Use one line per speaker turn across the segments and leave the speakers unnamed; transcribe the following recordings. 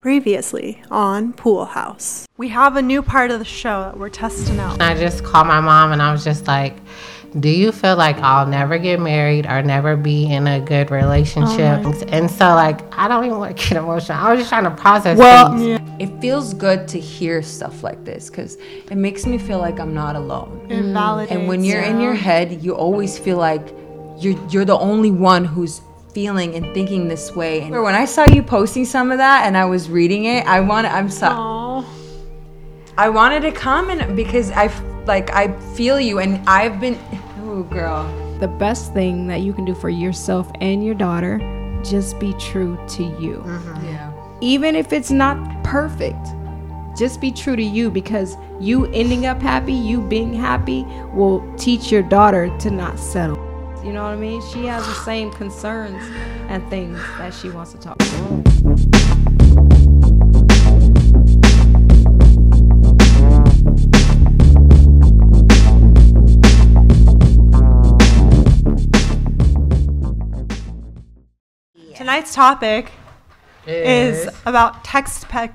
Previously on Pool House. We have a new part of the show that we're testing out.
I just called my mom and I was just like, Do you feel like I'll never get married or never be in a good relationship? and so, like, I don't even want to get emotional. I was just trying to process
Well,
things.
it feels good to hear stuff like this because it makes me feel like I'm not alone.
It validates
And when you're in your head, you always feel like you're you're the only one who's feeling and thinking this way. And when I saw you posting some of that and I was reading it, I want I'm sorry. I wanted to comment because I f- like I feel you and I've been oh girl.
The best thing that you can do for yourself and your daughter, just be true to you.
Yeah.
Even if it's not perfect, just be true to you because you ending up happy, you being happy, will teach your daughter to not settle. You know what I mean? She has the same concerns and things that she wants to talk about.
Tonight's topic is about text pe-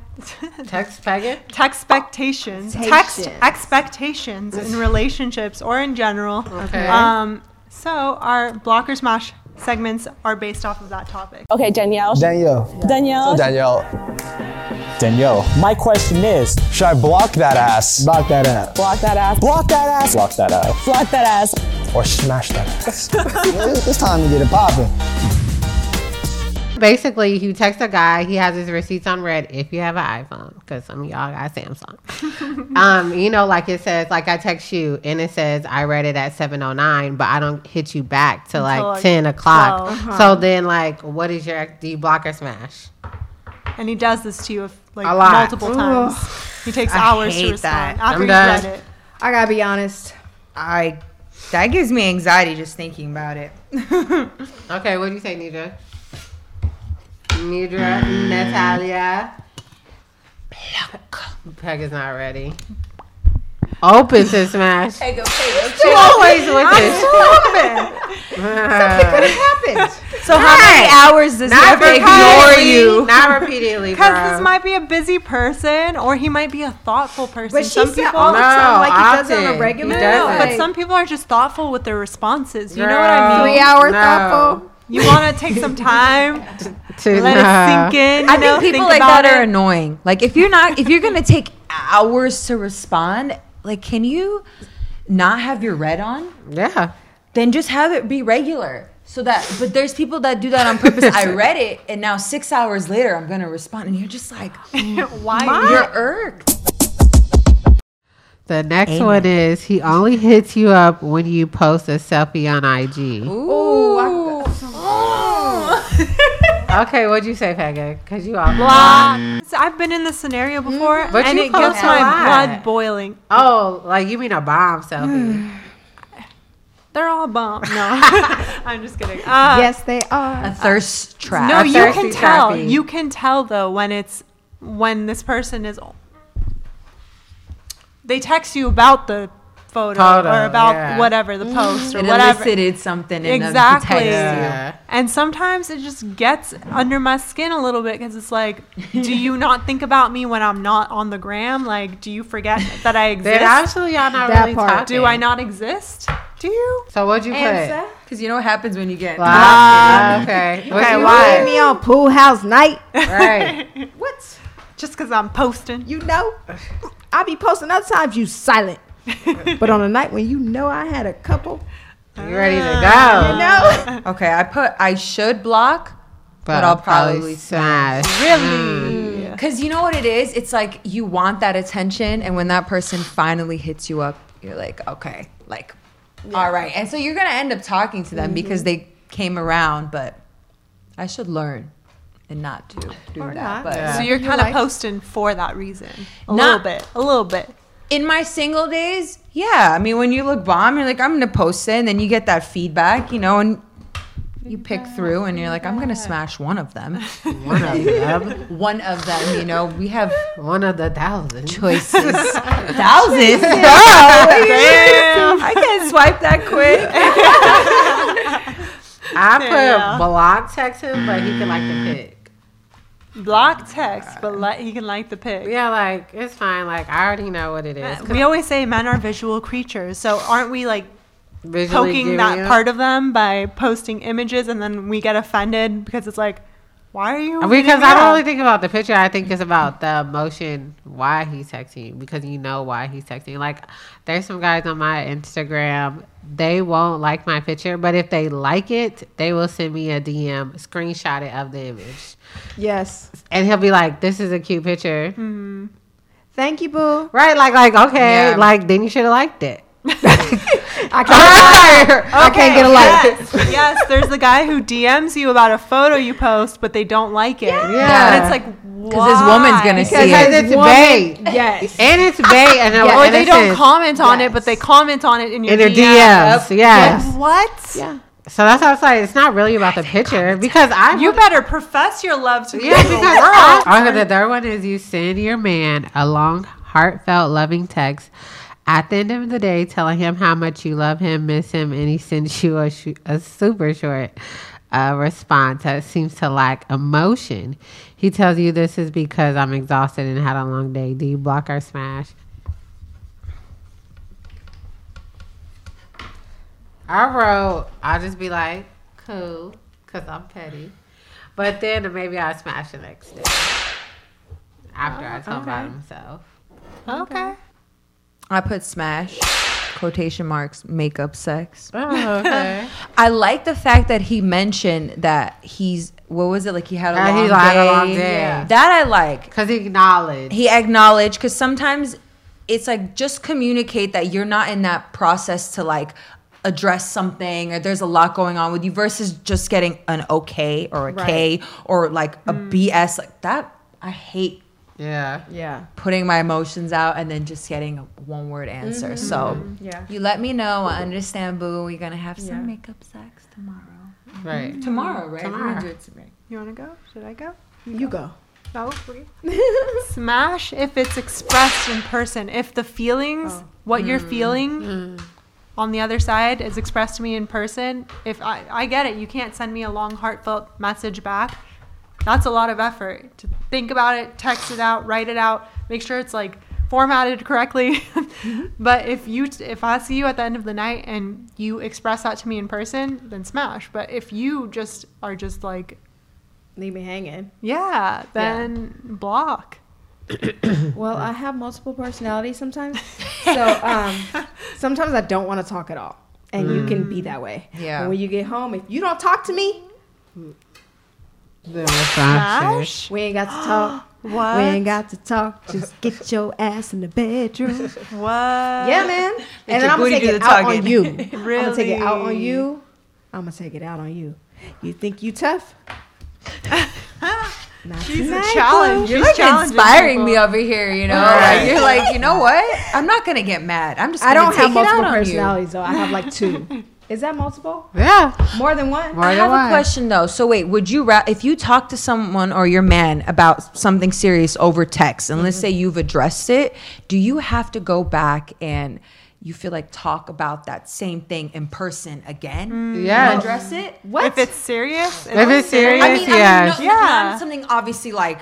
text packet?
text expectations, text expectations in relationships or in general.
Okay.
Um, so our blockers mash segments are based off of that topic.
Oh.
Okay, Danielle. Oh,
Danielle.
Danielle.
Danielle.
Danielle,
My question is Should I block that ass? Block that ass.
Block that ass.
Block that ass. Block that ass.
Block that ass.
Or smash that ass. it's time to get it popping.
Basically, you text a guy, he has his receipts on red if you have an iPhone, because some of y'all got Samsung. um, you know, like it says, like I text you and it says I read it at seven oh nine, but I don't hit you back till like,
like,
ten o'clock.
12.
So then, like, what is your do you block or smash?
And he does this to you if, like
A lot.
multiple times. He takes
I
hours to
hate
respond
that.
after
I'm
you've
done.
read it.
I gotta be honest. I that gives me anxiety just thinking about it.
Okay, what do you say, Nidra? Nidra, Natalia. Block. Peg is not ready. Open to smash. She always with it.
What happened?
So how many
hours does
Not
he have to ignore
repeatedly.
you?
Not repeatedly, bro.
Because this might be a busy person, or he might be a thoughtful person.
But she said all the
No,
time, like he does it on
often.
a regular.
He doesn't.
but
like-
some people are just thoughtful with their responses. You know what I mean?
Girl,
Three-hour
no.
thoughtful.
You want to take some time,
To
let
nah.
it sink in. You
I
know,
think
think
people like
about
that are
it.
annoying. Like if you're not if you're gonna take hours to respond, like can you not have your red on?
Yeah.
Then just have it be regular. So that but there's people that do that on purpose. I read it and now six hours later I'm gonna respond and you're just like
Ah. Why?
you're irked.
The next one is he only hits you up when you post a selfie on IG.
Ooh.
Okay, what'd you say, Peggy? Because you all
Uh, So I've been in this scenario before,
But
and
you
it gets
post a
my
lot.
blood boiling.
Oh, like you mean a bomb selfie?
They're all bomb. No, I'm just kidding. Uh,
Yes, they are.
a thirst trap.
No,
A
you
thirsty
can tell.
trappy.
You can tell though when it's when this person is. They text you about the photo,
Photo,
or about
yeah.
whatever the post or
it
whatever.
elicited something in
Exactly.
them to text you.
yeah.
And sometimes it just gets under my skin a little bit because it's like, do you not think about me when I'm not on the gram? Like, do you forget that I
Did
exist?
actually y'all not
That
really
part.
talking?
Do I not exist? Do you?
So what'd you put?
Because you know what happens when you get
Ah, okay. What
Okay,
you
why?
put?
me on pool house night.
Right.
What?
Just because I'm posting.
You know, I be posting other times you silent. but on a night when you know I had a couple,
You ready to go?
no.
Okay, I put I should block, but I'll probably
smash.
Really?
Because you know what it is? It's like you want that attention, and when that person finally hits you up, you're like, okay, like, all right. And so you're going to end up talking to them because they came around, but I should learn and not do, do that.
not.
But
So you're kind of posting for that reason. A little
Not-
bit. A little bit.
in my single days, yeah. I mean, when you look bomb, you're like, I'm going to post it, and then you get that feedback, you know, and you pick through, and you're like, I'm going to smash one of them.
One of them.
one of them, you know, we have
One of the thousand.
choices. Thousands. I can't swipe that quick.
I put
Yeah.
block text him, but he can like to pick.
block text, but li- he can like the pic.
Yeah, like it's fine. Like I already know what it is. 'Cause
We always say men are visual creatures, so aren't we like
visually
poking
giving
that
you-
part of them by posting images, and then we get offended because it's like, why are you?
Because
hitting me
I don't
up?
really think about the picture. I think it's about the emotion why he's texting you because you know why he's texting. you. Like there's some guys on my Instagram, they won't like my picture, but if they like it, they will send me a DM screenshot it of the image.
Yes.
And he'll be like, This is a cute picture.
Thank you, boo.
Right? Like like okay,
Yeah.
like then you should have liked it.
I can't.
I
Okay,
can't get a like.
Yes, yes, there's the guy who DMs you about a photo you post, but they don't like it.
Yeah.
And it's like, because
this woman's gonna see it.
Because it's
Woman-
vague.
Yes.
And it's vague and,
Yeah.
Or
and
they
it's
don't
in-
comment on it, but they comment on it in your
in their
DMs.
DMs. Yes.
Like, what?
Yeah.
So that's how I was like, it's not really about the picture because I
You better profess your love to
yeah
yeah,
because I, okay, the third one is you send your man a long, heartfelt, loving text at the end of the day, telling him how much you love him, miss him, and he sends you a, sh- a super short uh, response that seems to lack emotion. He tells you this is because I'm exhausted and had a long day. Do you block or smash? I wrote, I'll just be like, cool, because I'm petty. But then maybe I'll smash the next day after I told about himself.
Okay.
I put smash quotation marks makeup sex.
Oh, okay.
I like the fact that he mentioned that he's what was it like he had a,
Uh,
long,
he
day.
had a long day. Yeah.
That I like.
Because he acknowledged.
He acknowledged because sometimes it's like just communicate that you're not in that process to like address something or there's a lot going on with you versus just getting an okay or a K or like a
Mm.
BS like that. I hate
yeah.
Yeah.
putting my emotions out and then just getting a one word answer. So
Yeah.
you let me know. I understand, boo. We're gonna have some makeup sex tomorrow.
Right.
Tomorrow, right?
Tomorrow. gonna do
You want to go? Should I go?
You go.
No, please. Smash if it's expressed in person. If the feelings, what you're feeling on the other side is expressed to me in person. If I, I get it, you can't send me a long, heartfelt message back. That's a lot of effort to think about it, text it out, write it out, make sure it's like formatted correctly. but if you, if I see you at the end of the night and you express that to me in person, then smash. But if you just are just like
Leave me hanging.
yeah, then block.
Well, I have multiple personalities sometimes. so um, sometimes I don't want to talk at all. And you can be that way.
Yeah.
And when you get home, if you don't talk to me,
Then we'll smash it.
Smash?
we ain't got to talk.
What?
We ain't got to talk. Just get your ass in the bedroom.
What?
Yeah, man.
your
And then I'm gonna
booty
take
do
it
the
out on
talking.
you. I'm gonna take it out on
Really?
you. I'm gonna take it out on you. You think you tough? Not
She's a
tonight,
challenge.
You're
She's
like
challenging
inspiring
people.
me over here, you know? Like, you're like, you know what? I'm not gonna get mad. I'm just.
boo. I
Gonna
don't have
take it out
multiple
on you.
personalities though. I have like two. Is that multiple?
Yeah.
More than one?
More
I
than
have
one.
a question though. So wait, would you ra- if you talk to someone or your man about something serious over text, and
Mm-hmm.
let's say you've addressed it, do you have to go back and you feel like talk about that same thing in person again?
Mm. Yes.
Address it.
What?
If it's serious,
If it's serious,
I mean,
yes.
I mean, no,
Yeah.
not something obviously like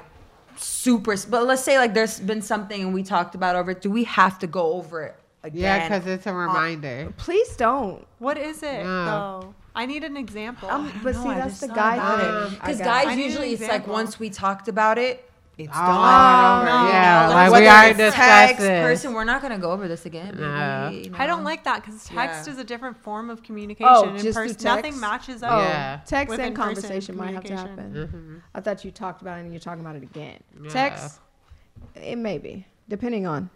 super, but let's say like there's been something and we talked about over it. Do we have to go over it again?
yeah, because it's a reminder.
Please don't.
what is it
Yeah.
though? I need an example.
Um, but see,
No, I
that's
just
the
thought
guy
about
thing.
it.
I
Because
got
I
guys
need an
usually it's like
example.
once we talked about it, it's
Oh,
done.
no.
yeah,
Like,
like,
Whether
we already
it's
discussed
text,
this.
person, we're not gonna go over this again.
No.
Maybe, you know.
I don't like that because text
Yeah.
is a different form of communication.
Oh,
in
just through
person. Nothing
text?
matches
Oh,
up.
Yeah.
text
With
and
in-person
conversation might have to happen.
communication.
I thought you talked about it and you're talking about it again.
Mm-hmm. Yeah.
Text, it may be, depending on.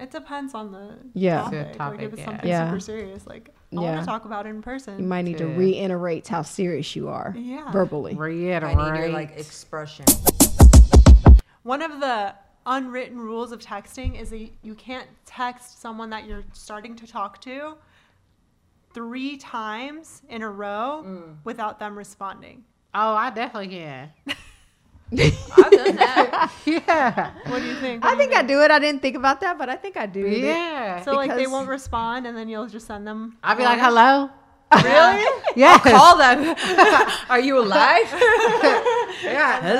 It depends on the
Yeah.
topic.
The
Like
topic,
if it's
yeah.
something
Yeah.
super serious, like I want
Yeah.
to talk about it in
You
person.
might need to
Yeah.
reiterate how serious you are
Yeah.
verbally.
I
Reiterate.
need your like expression.
One of the unwritten rules of texting is that you- you can't text someone that you're starting to talk to three times in a row without them responding.
oh, I definitely can.
I've done that.
Yeah.
What do you think? What
I
do you
think I do it. I didn't think about that, but I think I do.
Yeah.
So like they
because-
won't respond, and then you'll just send them.
I'll be like, hello?
Really?
Yes.
Call them. Are you alive? Hello.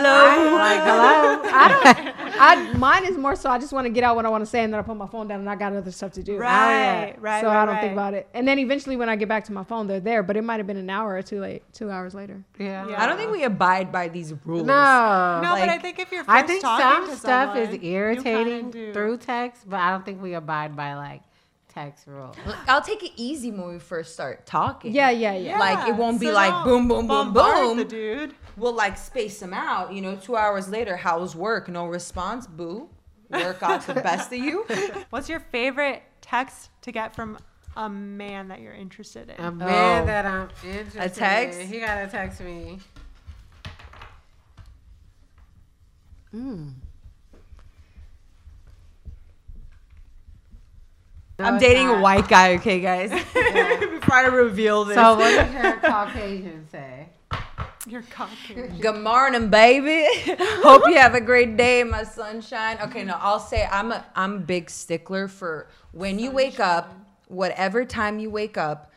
Like, hello.
I, don't, I mine is more so I just want to get out what I want to say and then I put my phone down and I got other stuff to do.
Right, right,
So
right,
I don't
right.
think about it. And then eventually when I get back to my phone, they're there, but it might have been an hour or two late, two hours later.
Yeah.
Yeah.
I don't think we abide by these rules.
No.
No, but I
Like,
think if you're first
I think
talking
some
to
stuff
someone,
is
you kinda
irritating
do.
through text, but I don't think we abide by like text rules.
I'll take it easy when we first start talking.
Yeah, yeah, yeah.
Like, it won't be
so
like
don't
boom, boom, boom,
bombard The
boom.
dude.
We'll like space them out. You know, two hours later, how's work? No response. Boo. Work out the best of you.
What's your favorite text to get from a man that you're interested in?
A man
Oh.
that I'm interested
A text?
in, He gotta text me. No,
I'm
it's
dating a
not.
white guy, okay, guys? Before I reveal this.
So what did your Caucasian say?
You're cocky.
Good morning, baby. Hope you have a great day, my sunshine. Okay, no, I'll say I'm a I'm a big stickler for when you wake up, whatever time you wake up,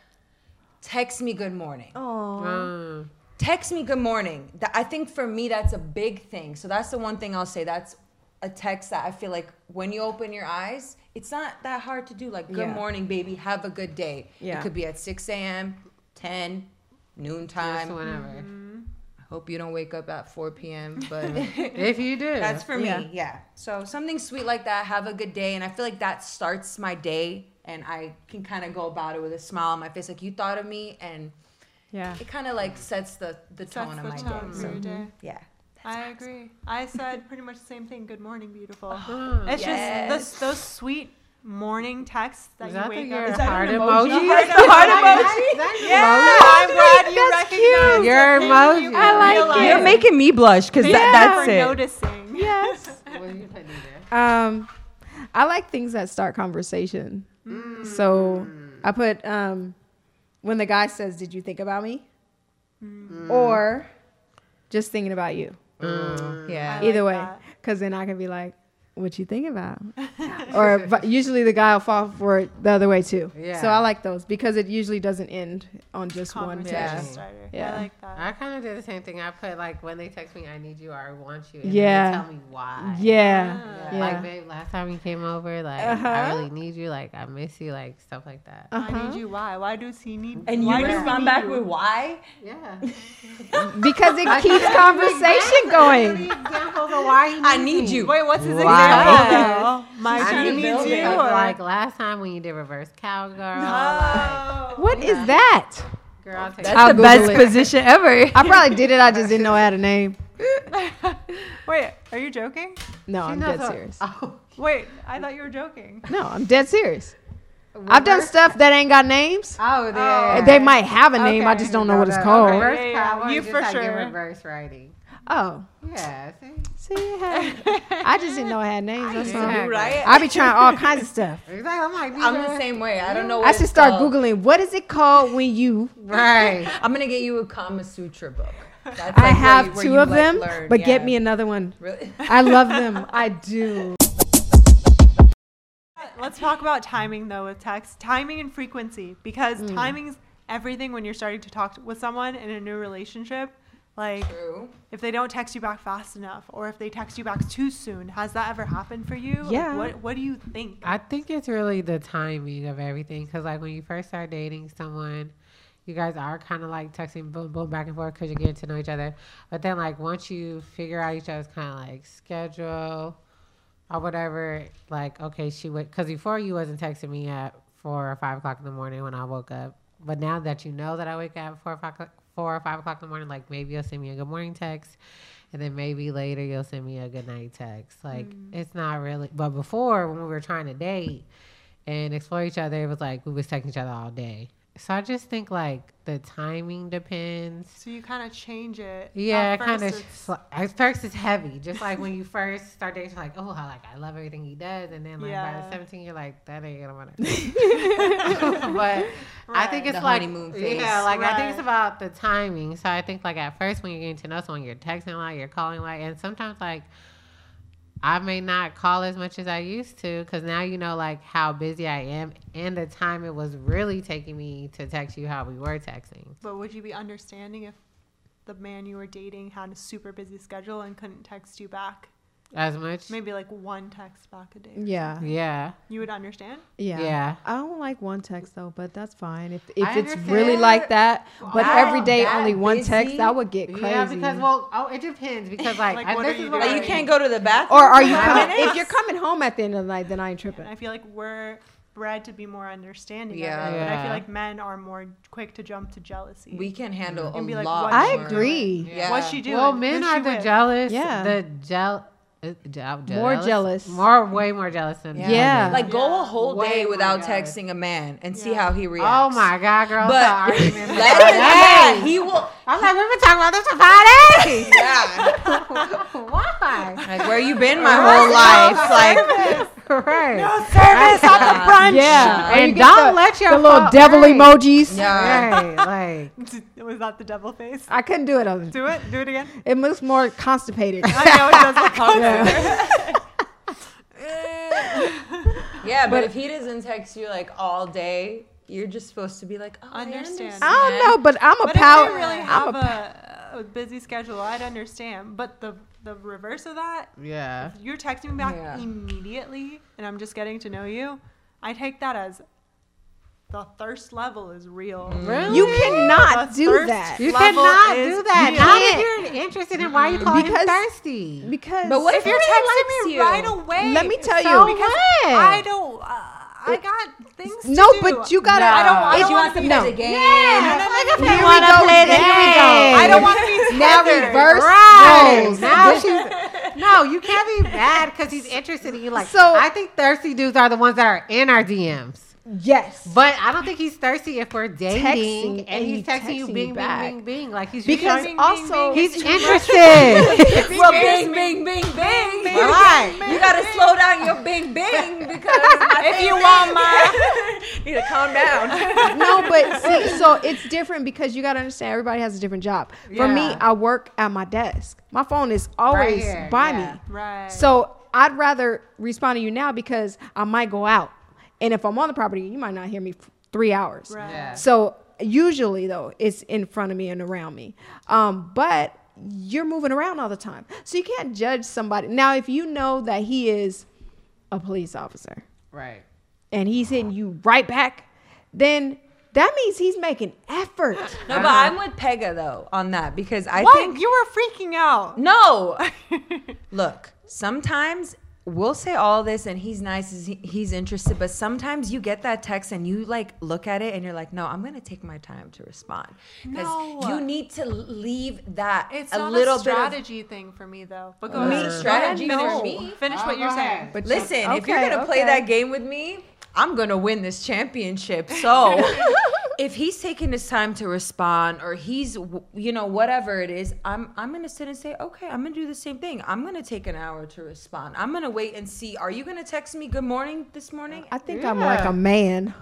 text me good morning.
Mm.
Text me good morning. That, I think for me that's a big thing. So that's the one thing I'll say. That's a text that I feel like when you open your eyes, it's not that hard to do. Like good
Yeah.
morning, baby. Have a good day.
Yeah.
It could be at 6 a.m., 10, noontime.
Just whenever.
Hope you don't wake up at 4 p.m. But
If you do,
that's for me.
Yeah.
Yeah. So something sweet like that. Have a good day, and I feel like that starts my day, and I can kind of go about it with a smile on my face, like you thought of me, and
Yeah.
it kind of like sets the the
That's
tone
the
of my
tone
day.
for your
So
day.
yeah.
I agree. I said pretty much the same thing. Good morning, beautiful.
Mm.
It's just
Yes.
those, those sweet morning texts that
Is
you
that the
wake
your
up. Is that
heart
an
emoji?
emoji?
Heart
Heart emoji.
yeah,
I'm glad you recognized
Your
it. Thank you
emoji.
for
I like
realizing.
You're making me blush because
Thank you
that,
for
that's it.
noticing.
Yes.
What did you put in there?
um I like things that start conversation. So I put um when the guy says, "Did you think about me?"
Mm.
or just thinking about you.
Yeah.
I
Either
like
way,
that.
because then I can be like, "What you think about?" or but usually the guy will fall for it the other way too. So
Yeah.
I like those because it usually doesn't end on just one
Conversation
text.
starter.
Yeah.
I like that.
I kind of did the same thing. I put like when they text me, I need you or I want you. And then
Yeah.
They tell me why.
Yeah,
Ah.
yeah.
Like, babe, last time you came over, like,
Uh-huh.
I really need you. Like, I miss you. Like, stuff like that.
I need you. Why? Why does he need?
And
why
you
does he
respond
need
back
Uh-huh. you?
with why?
yeah.
because it keeps conversation going.
Examples of why he
I need you.
Wait, what's his
Wow.
example? though? My
I
she
need
needs
you.
you.
Like,
or-
like, last time when you did reverse cowgirl. Like,
Oh.
What is that?
girl, take
That's
I'll
the
Google
best
it.
position ever.
I probably did it. I just didn't know I had a name.
Wait, are you joking?
No, I'm
knows
dead
what-
serious.
Oh.
Wait, I thought you were joking.
No, I'm dead serious. I've done stuff that ain't got names.
Oh, there.
They might have a name. I
Okay.
just don't know what it's
Okay,
called.
Reverse
Yeah, yeah,
cowgirl.
you
just
for
like your
sure.
Reverse writing.
Oh,
Yeah. See?
see, it had- I just didn't know I had names. That's all.
Exactly.
Right?
I be trying all kinds of stuff.
Exactly. I'm like, these
I'm
are-
the same way. I don't know. What
I should
it's
start
called.
googling what is it called when you.
Right.
I'm gonna get you a Kama Sutra book. That's like
I
where
have
you- where
two
you,
of
like,
them,
learn.
but
Yeah.
get me another one.
Really?
I love them. I do.
Let's talk about timing though with text. Timing and frequency because timing's everything when you're starting to talk to, with someone in a new relationship. Like
True.
if they don't text you back fast enough or if they text you back too soon, has that ever happened for you? Like,
Yeah.
what what do you think?
I think it's really the timing of everything because, like, when you first start dating someone, you guys are kind of like texting boom, boom, back and forth because you're getting to know each other. But then, like, once you figure out each other's kind of like schedule or whatever, like, okay, she would, because before you wasn't texting me at four or five o'clock in the morning when I woke up. But now that you know that I wake up at four or five, o'clock- four or five o'clock in the morning, like, maybe you'll send me a good morning text. And then maybe later you'll send me a good night text. Like it's not really but before when we were trying to date and explore each other, it was like we was texting each other all day. So I just think like the timing depends.
So you kind of change it.
Yeah,
At
kind of.
first it's-
At first, it's heavy. Just like when you first start dating, you're like, oh, I like I love everything he does, and then like by
Yeah.
the seventeen, you're like, that ain't gonna matter. but I think it's
The
like,
honeymoon
yeah,
phase.
like I think it's
Right.
about the timing. So I think like at first when you're getting to know someone, you're texting a lot, you're calling a lot, and sometimes like I may not call as much as I used to because now you know like how busy I am and the time it was really taking me to text you how we were texting.
But would you be understanding if the man you were dating had a super busy schedule and couldn't text you back,
as much.
maybe like one text back a day,
Yeah.
Yeah.
you would understand.
Yeah.
Yeah.
I don't like one text though, but that's fine. If if
I
it's really
understand.
like that, but
I
every day
that
only one text,
busy?
I would get crazy.
Yeah, because well, oh, it depends because like,
Like,
I-
what
this
are you
is what
doing?
Like
I-
you can't go to the bathroom.
or are you
Five
coming?
minutes?
If you're coming home at the end of the night, then I ain't tripping.
I feel like we're bred to be more understanding.
Yeah.
Of it, But I
Yeah.
feel like men are more quick to jump to jealousy.
we can handle a
And be like,
lot.
what
I
Sure.
more.
agree.
Yeah.
What's she doing?
Well, men
Who's
are
she
the
with?
jealous.
Yeah.
The jeal. uh, jeal-
More jealous.
More, way more jealous than
Yeah.
Yeah.
Like go a whole
Way
day
more
without
jealous.
texting a man and see
Yeah.
how he
Oh
reacts.
my God, girl!
But
But
let
the
it
argument-
yeah, he will.
I'm like, we've been talking about this for five days.
Yeah.
Why?
Like where you been my whole life? Like
right.
service on the brunch.
Yeah.
and don't let your
the little
fault-
devil
right.
emojis.
yeah.
Right, like
Was that the devil face?
I couldn't do it. Other
Do it. Do it again.
it looks more constipated.
I know it does look
Yeah.
Yeah, but if he doesn't text you like all day, you're just supposed to be like, oh, I
Understand.
understand.
I don't know, but I'm a
But
power.
if they really
I'm
have
a,
a, a busy schedule, I'd understand. But the the reverse of that,
yeah.
you're texting me back
Yeah.
immediately, and I'm just getting to know you. I take that as the thirst level is real.
Really?
you
The
cannot do
thirst
that
You
level
cannot
is
do that.
real.
Now that you're interested in why you call him
Because-
thirsty.
because.
But what if you're texting me
right away.
Let me tell
So
you.
what?
I don't. Uh, I got things. To
No,
do.
but you gotta.
No. I don't. I
If
don't
you
want
want
to.
to
Be,
play
no.
the game,
Yeah. Like if you want
go
to play the
down.
game.
I don't want to be.
Now
tethered.
reverse
Right.
roles.
Now she's no. You can't be mad because he's interested in you. Like
So-
I think thirsty dudes are the ones that are in our DMs.
Yes.
But I don't think he's thirsty if we're dating
Texting
and,
and
he's
he
texting you
texting you
bing, bing,
back.
bing, bing. Like he's
because
bing, bing,
also
bing.
he's interested.
well, bing, bing, bing, bing, bing.
right.
You gotta slow down your bing, bing because if you want my, you gotta calm down.
no, but see, so it's different because you got to understand everybody has a different job. For me,
Yeah.
I work at my desk. My phone is always
here,
by
yeah.
me.
Right.
So I'd rather respond to you now because I might go out. And if I'm on the property, you might not hear me for three hours.
Right.
Yeah.
So usually though, it's in front of me and around me. Um, but you're moving around all the time. So you can't judge somebody. Now if you know that he is a police officer
Right.
and he's hitting you right back, then that means he's making effort.
No, but I'm with Pega though on that because I
what?
think
you were freaking out.
No. Look, sometimes we'll say all this and he's nice, he's- he's interested, but sometimes you get that text and you like look at it and you're like, no, I'm going to take my time to respond. Because
No.
you need to leave that
It's
a
not
little
a
bit
strategy thing for me though. But go
Me-
ahead.
strategy
Go ahead,
for
finish- Uh,
me?
Finish
Oh,
what you're
Uh-huh.
go ahead.
saying.
of. Listen, if you're
Okay,
going to play
okay.
that game with me, I'm going to win this championship. So. If he's taking his time to respond, or he's, w- you know, whatever it is, I'm, I'm gonna sit and say, okay, I'm gonna do the same thing. I'm gonna take an hour to respond. I'm gonna wait and see. Are you gonna text me good morning this morning?
I think I'm like a man.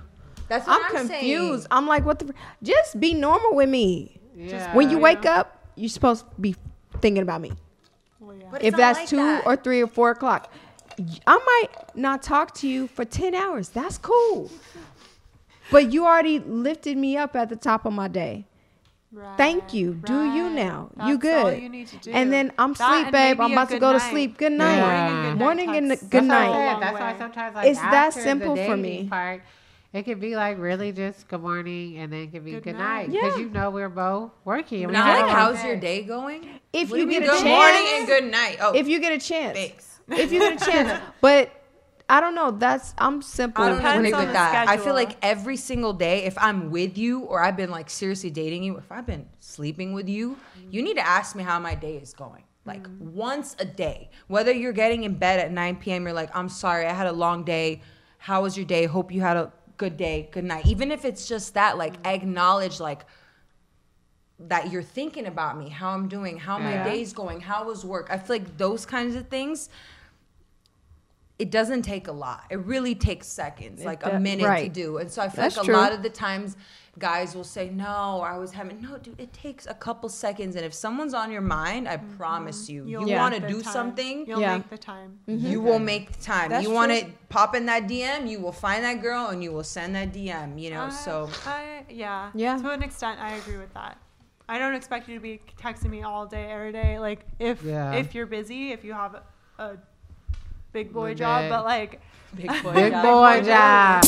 That's
I'm,
what I'm,
confused.
saying.
I'm like, what the? fr- Just be normal with me.
Yeah.
when you wake up, you're supposed to be thinking about me.
Well, yeah.
But it's
if
not
that's
like
two
that.
or three or four o'clock, y- I might not talk to you for 10 hours. That's cool. But you already lifted me up at the top of my day. Thank you. Do you
right.
now?
That's
you good?
all you need to do.
And then I'm
That
sleep,
and
babe. I'm
maybe a
about to
good
go
night.
to sleep. Good
Yeah.
night. Morning and
text.
good
That's
That's
all
night.
it
why
Long
I said, That's why
way.
sometimes like
It's that
after the
simple for
dating
me.
Part, it could be like really just good morning and then it could be
Good
good, night
night.
because you know we're both working. and we
Not
have
like
a long
how's your day going?
If
What
you
do mean
get a
good
chance,
morning and good night. Oh,
if you get a chance,
thanks.
if you get a chance, but I don't know. That's I'm simple.
I don't
Depends
agree
on
with
the
that. I feel
schedule.
like every single day, if I'm with you or I've been like seriously dating you, if I've been sleeping with you, you need to ask me how my day is going. Like
Mm.
once a day, whether you're getting in bed at 9 p.m., you're like, I'm sorry, I had a long day. How was your day? Hope you had a good day, good night. Even if it's just that, like
Mm.
acknowledge, like, that you're thinking about me, how I'm doing, how my day's going, how was work. I feel like those kinds of things. It doesn't take a lot. It really takes seconds, like a
do-
minute
right.
to do. And so I feel
That's
like a
true.
lot of the times guys will say, No, I was having no, dude, it takes a couple seconds. And if someone's on your mind, I
Mm-hmm.
promise you, you
You'll
want to
make the
do
time.
something,
You'll
Yeah.
make the time.
you will make the time.
That's
you want
true.
to pop in that DM, you will find that girl and you will send that DM, you know.
Uh, I-
so
I, yeah.
Yeah.
To an extent, I agree with that. I don't expect you to be texting me all day every day. Like if
Yeah.
if you're busy, if you have a, a big boy
Big
job,
day.
but like
Big boy.
Big
job.
boy job.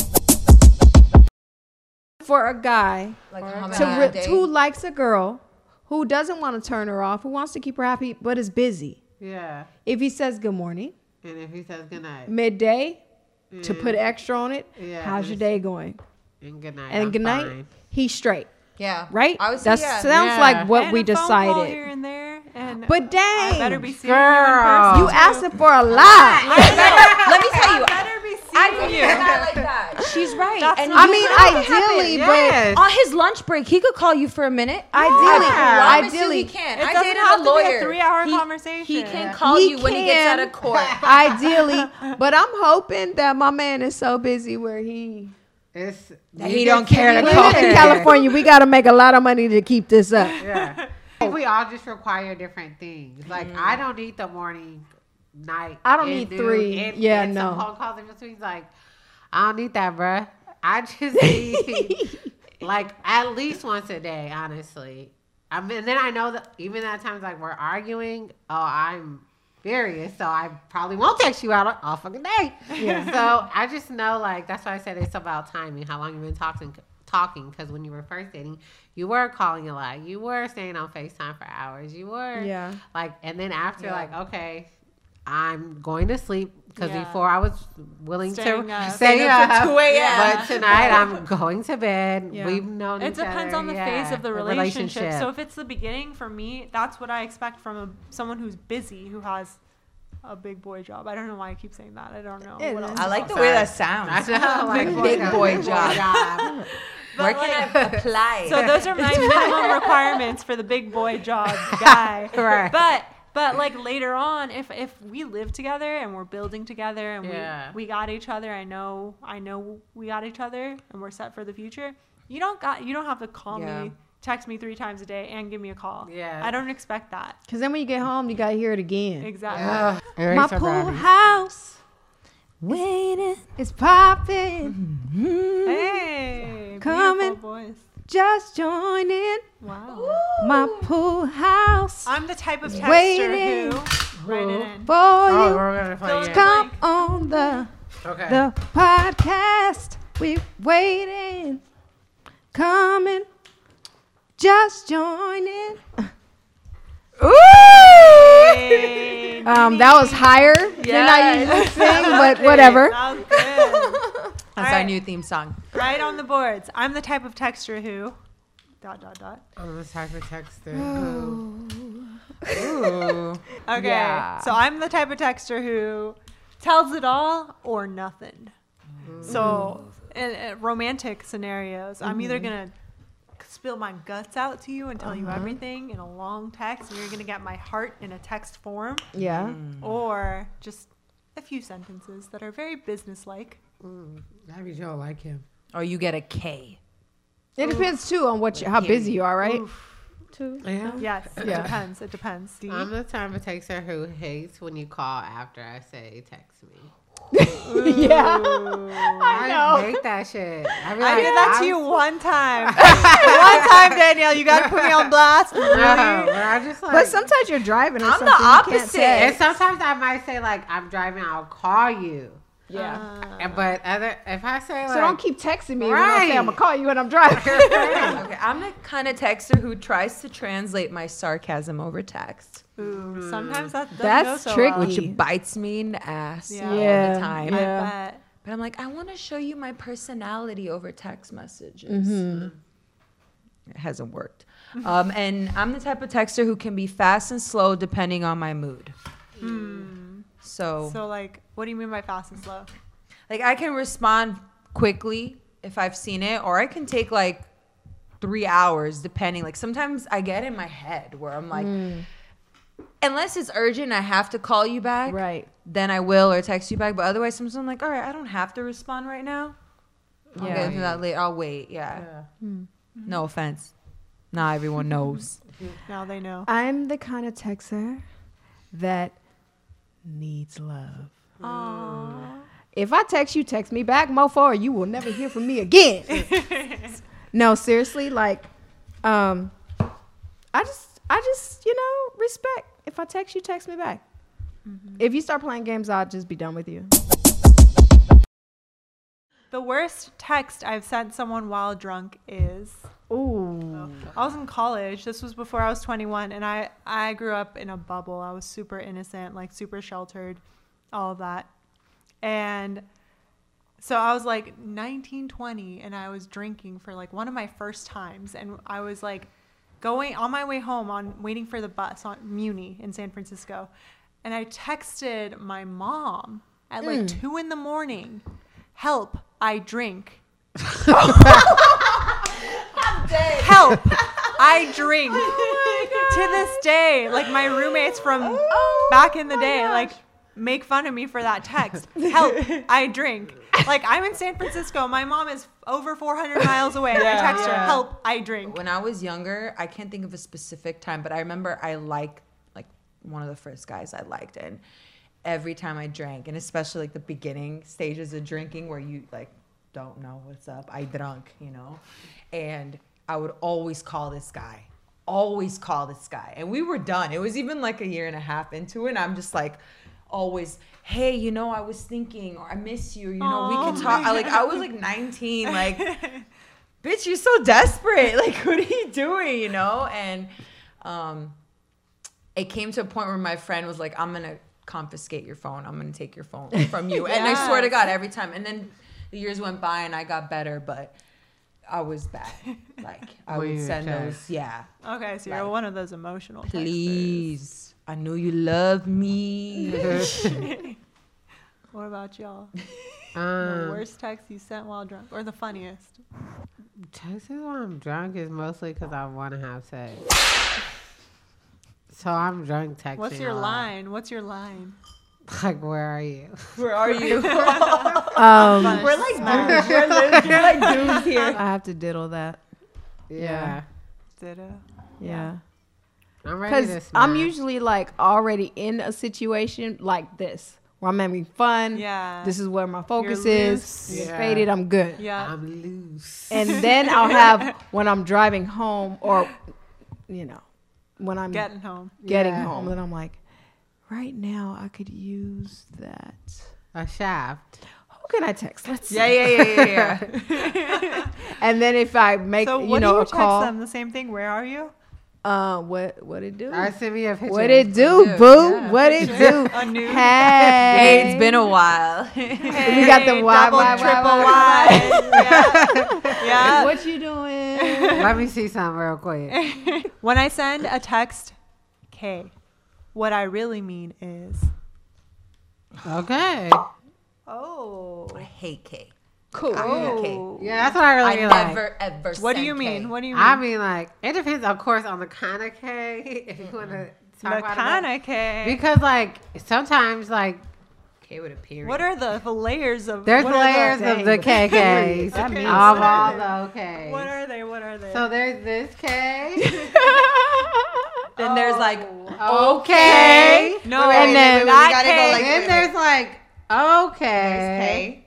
for a guy
Like how
to
many a
re-
day?
who likes a girl who doesn't want to turn her off, who wants to keep her happy but is busy.
Yeah.
If he says good morning,
And if he says good night,
midday, to put extra on it,
Yeah,
how's your
it's-
day going?
and good night,
And
I'm
good night,
fine.
he's straight,
Yeah.
right?
I was.
That
yeah.
sounds
Yeah.
like what
and
we
a phone call
decided.
here and there, and
But
I better
dang,
be seeing you in person.
Girl.
you
too.
asking for a lot.
Let me tell you.
I better be
I
seeing you.
not like that. She's right. and
I
you
mean,
saw what
ideally,
Yes.
happened. on his lunch break, he could call you for a minute.
Ideally,
I promise
ideally,
you he can.
It
I
doesn't
dated
have
a
to be
lawyer.
a three-hour
He-
conversation.
he can call
He
you when he gets
can.
out of court.
ideally, but I'm hoping that my man is so busy where he.
It's
he don't care to
We
call
live in California. We got to make a lot of money to keep this up.
Yeah. we all just require different things. Like I
Mm-hmm.
don't need the morning, night.
I don't
and
need
noon,
three.
And,
Yeah,
and Some
no.
phone calls in between. Like I don't need that, bruh. I just need like at least once a day. Honestly, I mean, and then I know that even at times like we're arguing. Oh, I'm furious, so I probably won't text you out all fucking day. So I just know like that's why I said it's about timing. How long you've been talking talking because when you were first dating you were calling a lot you were staying on facetime for hours you were
Yeah.
like and then after like okay i'm going to sleep because
Yeah.
before i was willing
Staying
to
up.
stay
Staying up till 2 a.m..
but tonight i'm going to bed
Yeah.
we've known
It
each
depends
other,
on the
yeah,
phase of the relationship. So if it's the beginning for me, that's what I expect from a, someone who's busy, who has a big boy job. I don't know why I keep saying that. I don't know.
It
what
is.
else
I
to
like
call
the
it.
way that
I
sounds.
know, like,
Big boy job.
job.
Where can I apply?
So those are my minimum requirements for the big boy job guy.
Correct.
But but like later on, if if we live together and we're building together and
Yeah.
we we got each other, I know I know we got each other and we're set for the future. You don't got you don't have to call
Yeah.
me, text me three times a day, and give me a call.
Yeah.
I don't expect that.
Because then when you get home, you got to hear it again.
Exactly.
Ugh.
My
Eraser
pool
brownies.
house
Waiting.
is popping.
Hey,
Coming.
beautiful voice.
Just join in.
Wow.
My pool house
I'm the type of texter
Waiting.
who write it in.
for
Oh,
you.
we're gonna play
Those
it.
co-
Come on the
Okay.
the podcast. We waiting. Coming. Just join in. Ooh!
Hey.
Um, that was higher than I usually sing, but whatever.
That was good.
That's
All
our
right.
new theme song.
right on the boards. I'm the type of texter who. Dot dot dot.
I'm the type of texter.
Ooh.
Okay.
Yeah.
So I'm the type of texter who tells it all or nothing. So in, in romantic scenarios, I'm either gonna spill my guts out to you and tell you everything in a long text, and you're gonna get my heart in a text form,
Yeah.
Mm. or just a few sentences that are very businesslike.
That means you don't like him.
Or you get a K.
It depends too on what you, how busy you are, right?
Yeah.
Yes. It depends. It depends. D.
I'm the type of texter who hates when you call after I say text me.
yeah.
I, hate that shit. I,
I did that to you one time. one time, Danielle, you got to put me on blast.
No, but I just like.
But sometimes you're driving. Or
I'm the
something, you can't
opposite.
say.
and sometimes I might say like I'm driving. I'll call you.
Yeah.
And- but other if I say like,
so don't keep texting me when I say
Right.
I'm gonna call you when I'm driving.
Okay, I'm the kind of texter who tries to translate my sarcasm over text.
Ooh, sometimes that doesn't go
That's
so
tricky.
well.
Yeah.
Which bites me in the ass
Yeah.
all
Yeah.
the time.
Yeah.
I bet.
But I'm like, I want to show you my personality over text messages. It hasn't worked. Um, and I'm the type of texter who can be fast and slow depending on my mood. So,
So, like, what do you mean by fast and slow?
like, I can respond quickly if I've seen it, or I can take like three hours depending. Like, sometimes I get in my head where I'm like, unless it's urgent, I have to call you back.
right.
Then I will or text you back. But otherwise, sometimes I'm like, all right, I don't have to respond right now. I'll
Yeah.
get into that later. I'll wait. Yeah. No offense. Not everyone knows.
Now they know.
I'm the kind of texter that needs love. If I text you, text me back, mofo, or you will never hear from me again. no, seriously, like, um, I just, I just, you know, respect. If I text you, text me back. If you start playing games, I'll just be done with you.
The worst text I've sent someone while drunk is
Ooh.
I was in college. This was before I was 21, and I I grew up in a bubble. I was super innocent, like super sheltered, all of that, and so I was like 19, 20, and I was drinking for like one of my first times, and I was like going on my way home on waiting for the bus on Muni in San Francisco, and I texted my mom at like two in the morning, "Help! I drink." help i drink to this day like my roommates from back in the day like make fun of me for that text help i drink like i'm in san francisco my mom is over 400 miles away and i text her help i drink
When I was younger, I can't think of a specific time, but I remember I liked like one of the first guys I liked, and every time I drank, and especially like the beginning stages of drinking where you like don't know what's up. I drunk, you know, and I would always call this guy, always call this guy, and we were done. It was even like a year and a half into it, and I'm just like. Always, hey, you know, I was thinking, or I miss you, you know, we can talk. I, like, I was like 19, like, bitch, you're so desperate. Like, what are you doing? You know? And um, it came to a point where my friend was like, I'm going to confiscate your phone. I'm going to take your phone from you. And I swear to God, every time. And then the years went by and I got better, but I was bad. Like, I would
Weird
send
text.
those, yeah.
okay so you're
Like,
one of those emotional texters.
Please. I know you love me.
what about y'all the
Um,
worst text you sent while drunk or the funniest
texting when I'm drunk is mostly because I want to have sex. So I'm drunk texting.
what's
a
your
lot.
line what's your line
Like, where are you?
Where are you?
Um,
we're like
We're like we're like dudes here.
I have to diddle that.
Yeah.
Yeah.
I'm ready to
Because I'm
smash.
usually like already in a situation like this where I'm having fun.
yeah
This is where my focus
loose.
is. It's
Yeah.
Faded, I'm good.
yeah
I'm loose.
And then I'll have when I'm driving home or, you know, when I'm
getting home
getting
Yeah.
home, then I'm like, right now I could use that.
a shaft.
Who can I text? Let's see.
Yeah, yeah, yeah, yeah, yeah.
And then if I make
so what
you know
do you
a
text
call,
them the same thing where are you
uh, what what it do?
All right, send me a picture.
What it do,
Yeah.
boo? What it do?
a new
Hey,
Hey, it's been a while.
We got the why,
double,
why, why,
triple
why,
why. Yeah.
What you doing?
Let me see something real quick.
yeah. When I send a text, K, what I really mean is.
Okay.
Oh.
I hate cake.
Cool.
Yeah, that's what I really
I
mean. Like.
never ever.
What do
send
you mean?
cake.
What do you mean?
I mean, like, it depends, of course, on the kind of K. If you want to talk
Mm-hmm. the
about
kind
it.
of K.
Because, like, sometimes, like,
K with a period.
What are the layers of?
there's
what
layers
Are
of the KKs.
That means-
Of all the
the,
OKs.
what are they? What are they?
so there's this K.
then there's like
Oh, okay.
no,
and then
we
that
gotta
K.
go like
Then there's, like, okay.
K.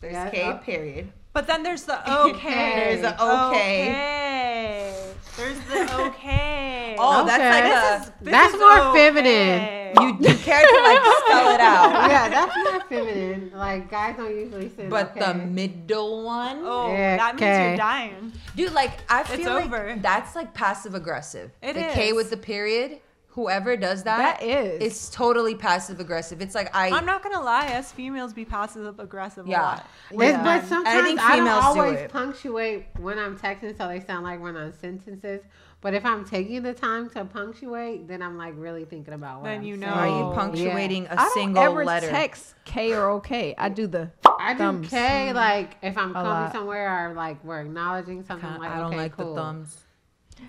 There's
Yeah,
K
oh.
period.
but then there's the okay.
There's
the okay.
Okay. There's the okay.
Oh,
Okay.
that's
This
like
is- this
That's
is
more
okay.
feminine.
a, you you care to like spell it out.
yeah, that's more feminine. Like, guys don't usually say
But the
okay.
middle one,
Oh,
Yeah,
that means
K.
you're dying.
dude, like I feel like
over.
that's like passive aggressive.
It
the K
is.
with the period. Whoever does that,
That is.
it's totally passive aggressive. It's like I
I'm not gonna lie, us females be passive aggressive a
Yeah.
lot.
It's-
Yeah.
But sometimes I,
think
don't
females do
always
it.
punctuate when I'm texting, so they sound like run-on sentences. But if I'm taking the time to punctuate, then I'm like really thinking about what
Then
I'm
you
saying.
know.
are you
Oh,
punctuating
I
a
don't
single
ever
letter?
text K or OK. I do the
I do
thumbs.
okay, like if I'm coming
lot.
somewhere or like we're acknowledging something.
Kinda-
like,
I don't
okay,
like
cool.
the thumbs.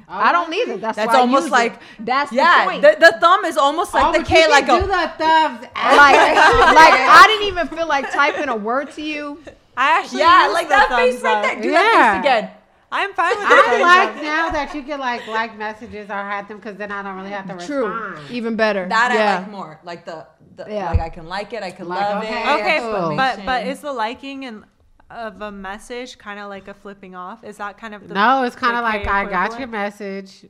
I don't either. That's
That's
why I
almost
use it.
like-
that's the
Yeah,
point.
the, the thumb is almost like
Oh,
the
but
K,
you
like
can
a
do the thumbs.
like,
Like,
like I didn't even feel like typing a word to you.
I actually
yeah,
use
like
the
that
thumbs
face right
up.
there. Do
Yeah.
that face again.
I'm fine with that.
I like now that you can like like messages or hide them because then I don't really have to
True.
respond.
Even better.
That
yeah.
I like more. Like the, the
Yeah.
like I can like it, I can
Like,
love
okay.
it.
Okay,
cool.
but but is the liking and of a message kind of like a flipping off? Is that kind of the
No, it's kind of
the
like
K
I got
equivalent?
your message.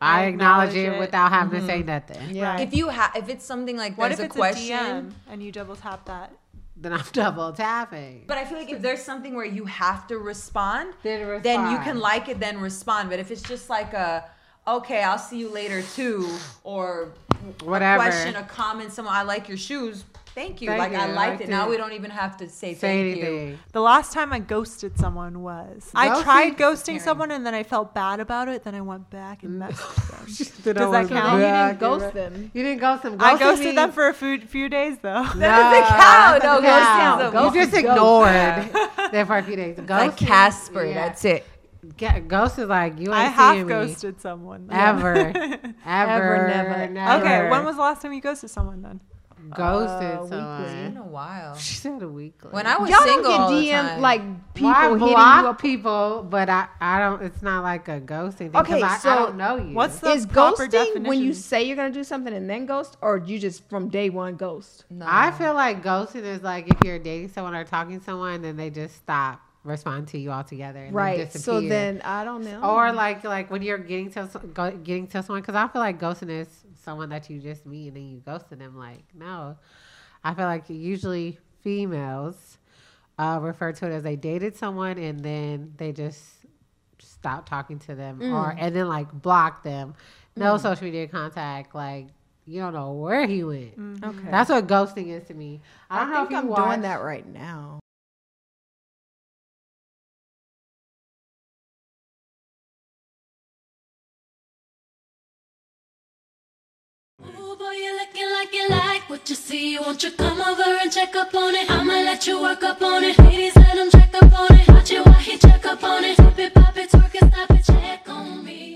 I acknowledge
acknowledge
it
it.
without having to say nothing.
Yeah.
Right.
If you have, if it's something like
What
there's
if
a
it's
question,
a DM and you double tap that?
Then I'm double tapping.
but I feel like if there's something where you have to respond,
Then
then you
respond.
can like it, then respond. But if it's just like a, okay, I'll see you later too, or
Whatever.
a question, a comment, someone, I like your shoes. Thank you.
Thank
like I
you, I
liked
liked
it. Now
it.
we don't even have to say,
say
thank
anything.
you.
The last time I ghosted someone was
Ghosting?
I tried ghosting someone and then I felt bad about it. Then I went back and messaged them.
Then I
Does that
was
count?
You
back.
didn't ghost them.
You didn't ghost them.
I
Ghosting
ghosted them
means-
for a few, few days though.
That doesn't count. No,
You
ghosting is a- ghost
just
is ghost.
ignored them for a few days. Ghost
Like
is-
Casper.
yeah.
That's it.
Ga- Ghost is like you ain't
I have
seeing me
ghosted someone. though.
ever, ever,
never,
never.
Okay, when was the last time you ghosted someone then?
ghosted
Uh,
It's been
someone?
a while.
She said a weekly.
When I was
Y'all
single, all
don't
the
get DM
time.
like people
Why
hitting you
block
up.
people, but I, I don't. It's not like a ghosting thing. 'cause
Okay,
I, I
so
don't know you.
What's the
Is
proper
ghosting
definition?
when you say you're gonna do something and then ghost, or you just from day one ghost?
No.
I feel like ghosting is like if you're dating someone or talking to someone, then they just stop responding to you altogether, and right?
Right. So then I don't know.
Or like like when you're getting to so- go, getting to someone because I feel like ghosting is someone that you just meet and then you ghosted them. Like no, I feel like usually females uh, refer to it as they dated someone and then they just stop talking to them or and then like block them. No social media contact. Like you don't know where he went.
okay.
That's what ghosting is to me. I don't know
think
if you
I'm
watch-
doing that right now.
Ooh, boy, you're looking like you like what you see. Won't you come over and check up on it? I'ma let you work up on it. Ladies, let him check up on it. Watch it while he check up on it. Flip it, pop it, twerk it, stop it, check on me.